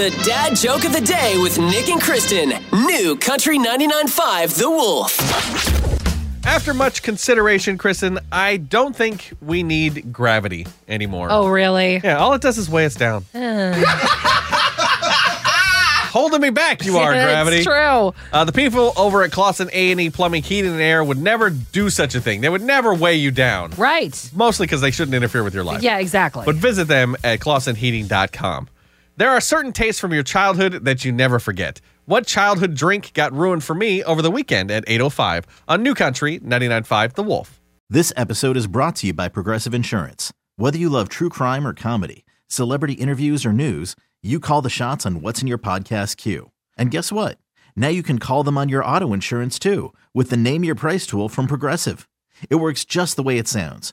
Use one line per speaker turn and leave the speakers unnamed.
The dad joke of the day with Nick and Kristen. New Country 99.5 The Wolf.
After much consideration, Kristen, I don't think we need gravity anymore.
Oh, really?
Yeah, all it does is weigh us down. Holding me back, you are,
Yeah,
gravity.
It's true.
Uh, the people over at Clausen A&E Plumbing, Heating and Air would never do such a thing. They would never weigh you down,
Right.
mostly because they shouldn't interfere with your life.
Yeah, exactly.
But visit them at clausenheating.com. There are certain tastes from your childhood that you never forget. What childhood drink got ruined for me over the weekend at 8.05 on New Country 99.5 The Wolf?
This episode is brought to you by Progressive Insurance. Whether you love true crime or comedy, celebrity interviews or news, you call the shots on what's in your podcast queue. And guess what? Now you can call them on your auto insurance too with the Name Your Price tool from Progressive. It works just the way it sounds.